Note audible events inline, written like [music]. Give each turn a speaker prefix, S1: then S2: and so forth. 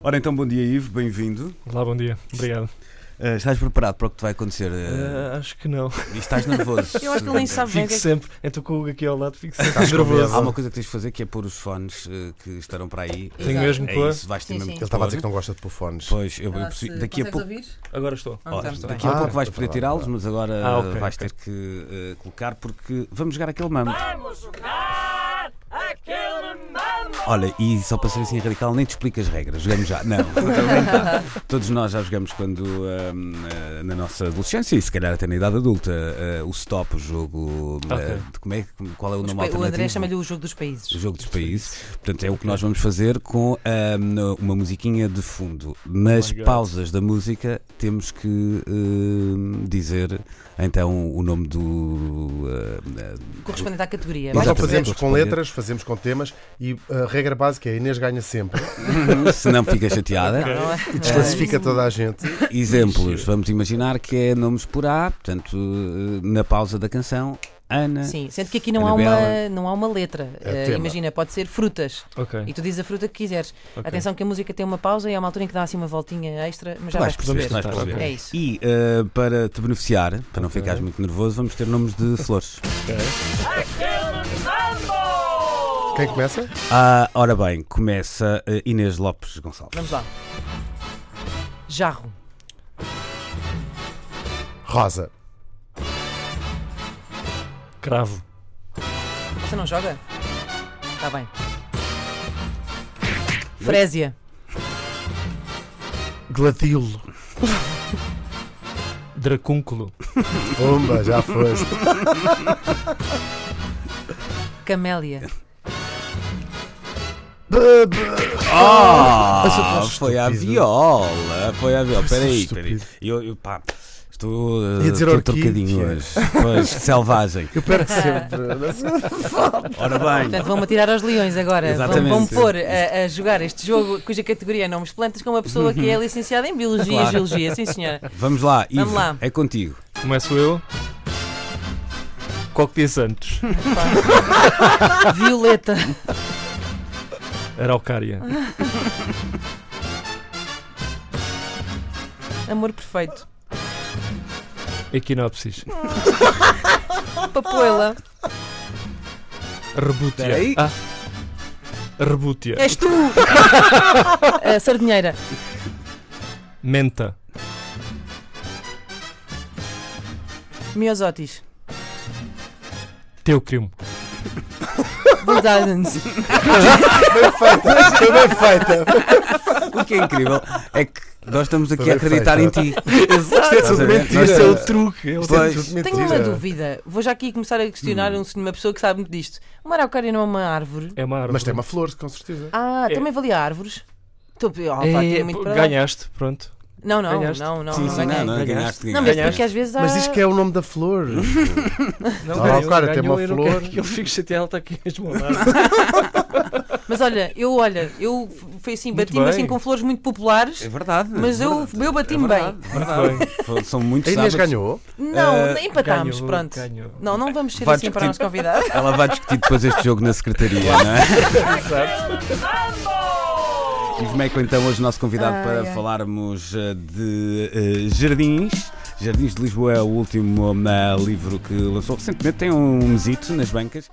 S1: Ora então, bom dia, Ivo, bem-vindo.
S2: Olá, bom dia. Obrigado.
S1: Ah, estás preparado para o que te vai acontecer? Ah,
S2: Ah, acho que não.
S1: e estás nervoso?
S3: [laughs] Eu acho que ele nem sabe bem
S2: Fico
S3: o que é que-
S2: sempre. Então com o Hugo aqui ao lado, fico sempre
S1: Estás nervoso.
S2: nervoso.
S4: Ah,
S1: Há uma coisa que tens de fazer que é pôr os fones eh, que estarão para aí.
S2: Tenho mesmo que
S1: É
S2: pôr?
S1: isso, vais ter
S3: Sim,
S1: mesmo né?
S3: sim.
S4: Ele estava a dizer que não gosta de telefones.
S1: Pois, eu, eu
S3: Ah,
S1: preciso-
S3: se
S1: daqui a
S3: consegues
S1: pouco.
S3: ouvir?
S2: Agora estou.
S3: Ah,
S1: Ora,
S3: tá, tá bem.
S1: daqui a
S4: Ah,
S1: pouco vais
S4: tá
S1: poder
S4: bem.
S1: tirá-los, mas agora
S2: Ah, ok,
S1: vais
S2: ok.
S1: ter que eh, colocar porque vamos jogar aquele mambo. Olha, e só para ser assim radical, nem te explico as regras, jogamos já. Não, estou a brincar. todos nós já jogamos quando ahm, eh, na nossa adolescência e se calhar até na idade adulta, eh, o stop, o jogo eh,
S2: Ok.
S1: de como é que- qual é o
S3: Os
S1: nome
S3: pa- O André
S1: alternativo?
S3: chama-lhe o jogo dos países.
S1: O jogo dos países. Portanto, é o que nós vamos fazer com ahm, uma musiquinha de fundo. Nas
S2: Oh my God.
S1: pausas da música temos que ahm, dizer então o nome do. ah, ah,
S3: Correspondente à categoria.
S4: Nós
S3: Vai
S4: não
S1: Exatamente.
S4: fazemos
S1: Vou
S4: com
S1: responder.
S4: letras, fazemos com temas e a regra básica é a Inês ganha sempre.
S1: uh, se não fica chateada.
S2: [laughs]
S3: Não é?
S4: Desclassifica toda a gente.
S1: Exemplos, vamos imaginar que é nomes por A, portanto, eh, na pausa da canção, Ana.
S3: Eh, Sim, sendo que aqui não há uma,
S1: Anabela.
S3: não há uma letra.
S4: É
S3: Eh,
S4: tema.
S3: imagina, pode ser frutas.
S2: Ok.
S3: E tu dizes a fruta que quiseres.
S2: ok.
S3: Atenção que a música tem uma pausa e há uma altura em que dá assim uma voltinha extra, mas já
S1: Tu vais
S3: vais
S1: perceber,
S3: perceber.
S1: tu vais
S2: Tá,
S1: perceber.
S2: ok.
S3: É isso.
S1: E eh, para te beneficiar, para não
S2: Ok.
S1: ficares muito nervoso, vamos ter nomes de flores.
S4: Quem começa?
S1: Ah, ora bem, começa eh, Inês Lopes Gonçalves.
S3: Vamos lá. Jarro,
S4: Rosa.
S2: Cravo.
S3: você não joga? Está bem. Frésia,
S4: Gladilo.
S2: Dracúnculo.
S4: Pumba, já foste. [laughs]
S3: camélia,
S4: B- b-
S1: Ah,
S4: Ah,
S1: foi à
S4: estúpido.
S1: viola, foi à viola. Peraí, peraí.
S4: estúpido.
S1: Eu, eu, pá, estou eh,
S4: Ia dizer
S1: estou
S4: orquídea.
S1: trocadinho hoje. Pois, selvagem.
S4: Eu perco sempre.
S1: Ora bem,
S3: Portanto, vão-me atirar aos leões agora.
S1: Exatamente.
S3: Vão-me pôr a, a jogar este jogo, cuja categoria é nomes de plantas, com uma pessoa que é licenciada em Biologia
S1: Uhum. Claro.
S3: e Geologia. Sim, senhora.
S1: vamos lá, Ivo,
S3: Vamos lá.
S1: é contigo.
S2: Começo eu. Cóctea
S3: [laughs]
S2: Santos.
S3: Violeta,
S2: Araucária.
S3: amor perfeito.
S2: Equinopsis.
S3: Papoela,
S2: Rebútia.
S1: Peraí.
S2: Ah. Rebútia.
S1: [laughs]
S3: és tu! A sardinheira,
S2: Menta.
S3: Miosotis,
S2: Teucrium.
S3: Verdadens,
S4: Bem feita, foi bem feita.
S1: O que é incrível é que nós estamos aqui
S4: Foi
S1: a
S4: bem
S1: acreditar em
S4: feito.
S1: ti.
S4: Isto é tudo
S1: Estás a ver?
S4: mentira.
S1: Nós
S2: Esse é
S1: temos-
S2: o truque.
S4: Isto é
S1: Pois.
S4: tudo
S3: Tenho uma
S4: mentira.
S3: dúvida. Vou já aqui começar a questionar
S1: Hum.
S3: um- uma pessoa que sabe muito disto. Uma araucária não é uma árvore?
S2: É uma árvore.
S4: Mas tem uma flor, com certeza.
S3: Ah,
S2: É.
S3: também valia árvores? Estou oh, pá,
S2: É,
S3: tinha muito
S2: pô,
S3: para dar.
S2: ganhaste, pronto.
S3: Não, não,
S2: Ganhaste.
S3: não, não.
S1: Sim, sim,
S3: ganhei.
S1: não, não, é.
S2: Ganhaste.
S1: ganhaste.
S3: Não, mas
S1: ganhaste.
S3: porque às vezes há.
S4: Mas diz que é o nome da flor.
S3: [laughs]
S2: Não, um,
S4: Ah, o cara tem uma
S2: eu não
S4: flor.
S2: quero que ele fique chateado, está aqui mesmo ao lado.
S3: Mas olha, eu olha, eu fui assim,
S2: Muito
S3: bati-me
S2: bem.
S3: assim com flores muito populares,
S1: É verdade.
S3: mas
S1: é
S3: eu,
S1: verdade.
S3: eu bati-me
S1: É
S3: bem.
S2: Muito bem.
S1: Foi- São muitos
S4: A Inês
S1: sábados.
S4: ganhou.
S3: Não, nem empatámos,
S2: Ganhou,
S3: pronto.
S2: ganhou.
S3: Não, não vamos ser
S1: Ah, Vai
S3: assim para o nosso
S1: discutir.
S3: convidado.
S1: Ela vai discutir depois este jogo na
S3: [laughs]
S1: secretaria, não é? Ivo Meco, então, hoje o nosso convidado
S3: Ai,
S1: para
S3: ai.
S1: falarmos eh, de eh, jardins. Jardins de Lisboa é o último eh, livro que lançou recentemente. Tem um mesito nas bancas.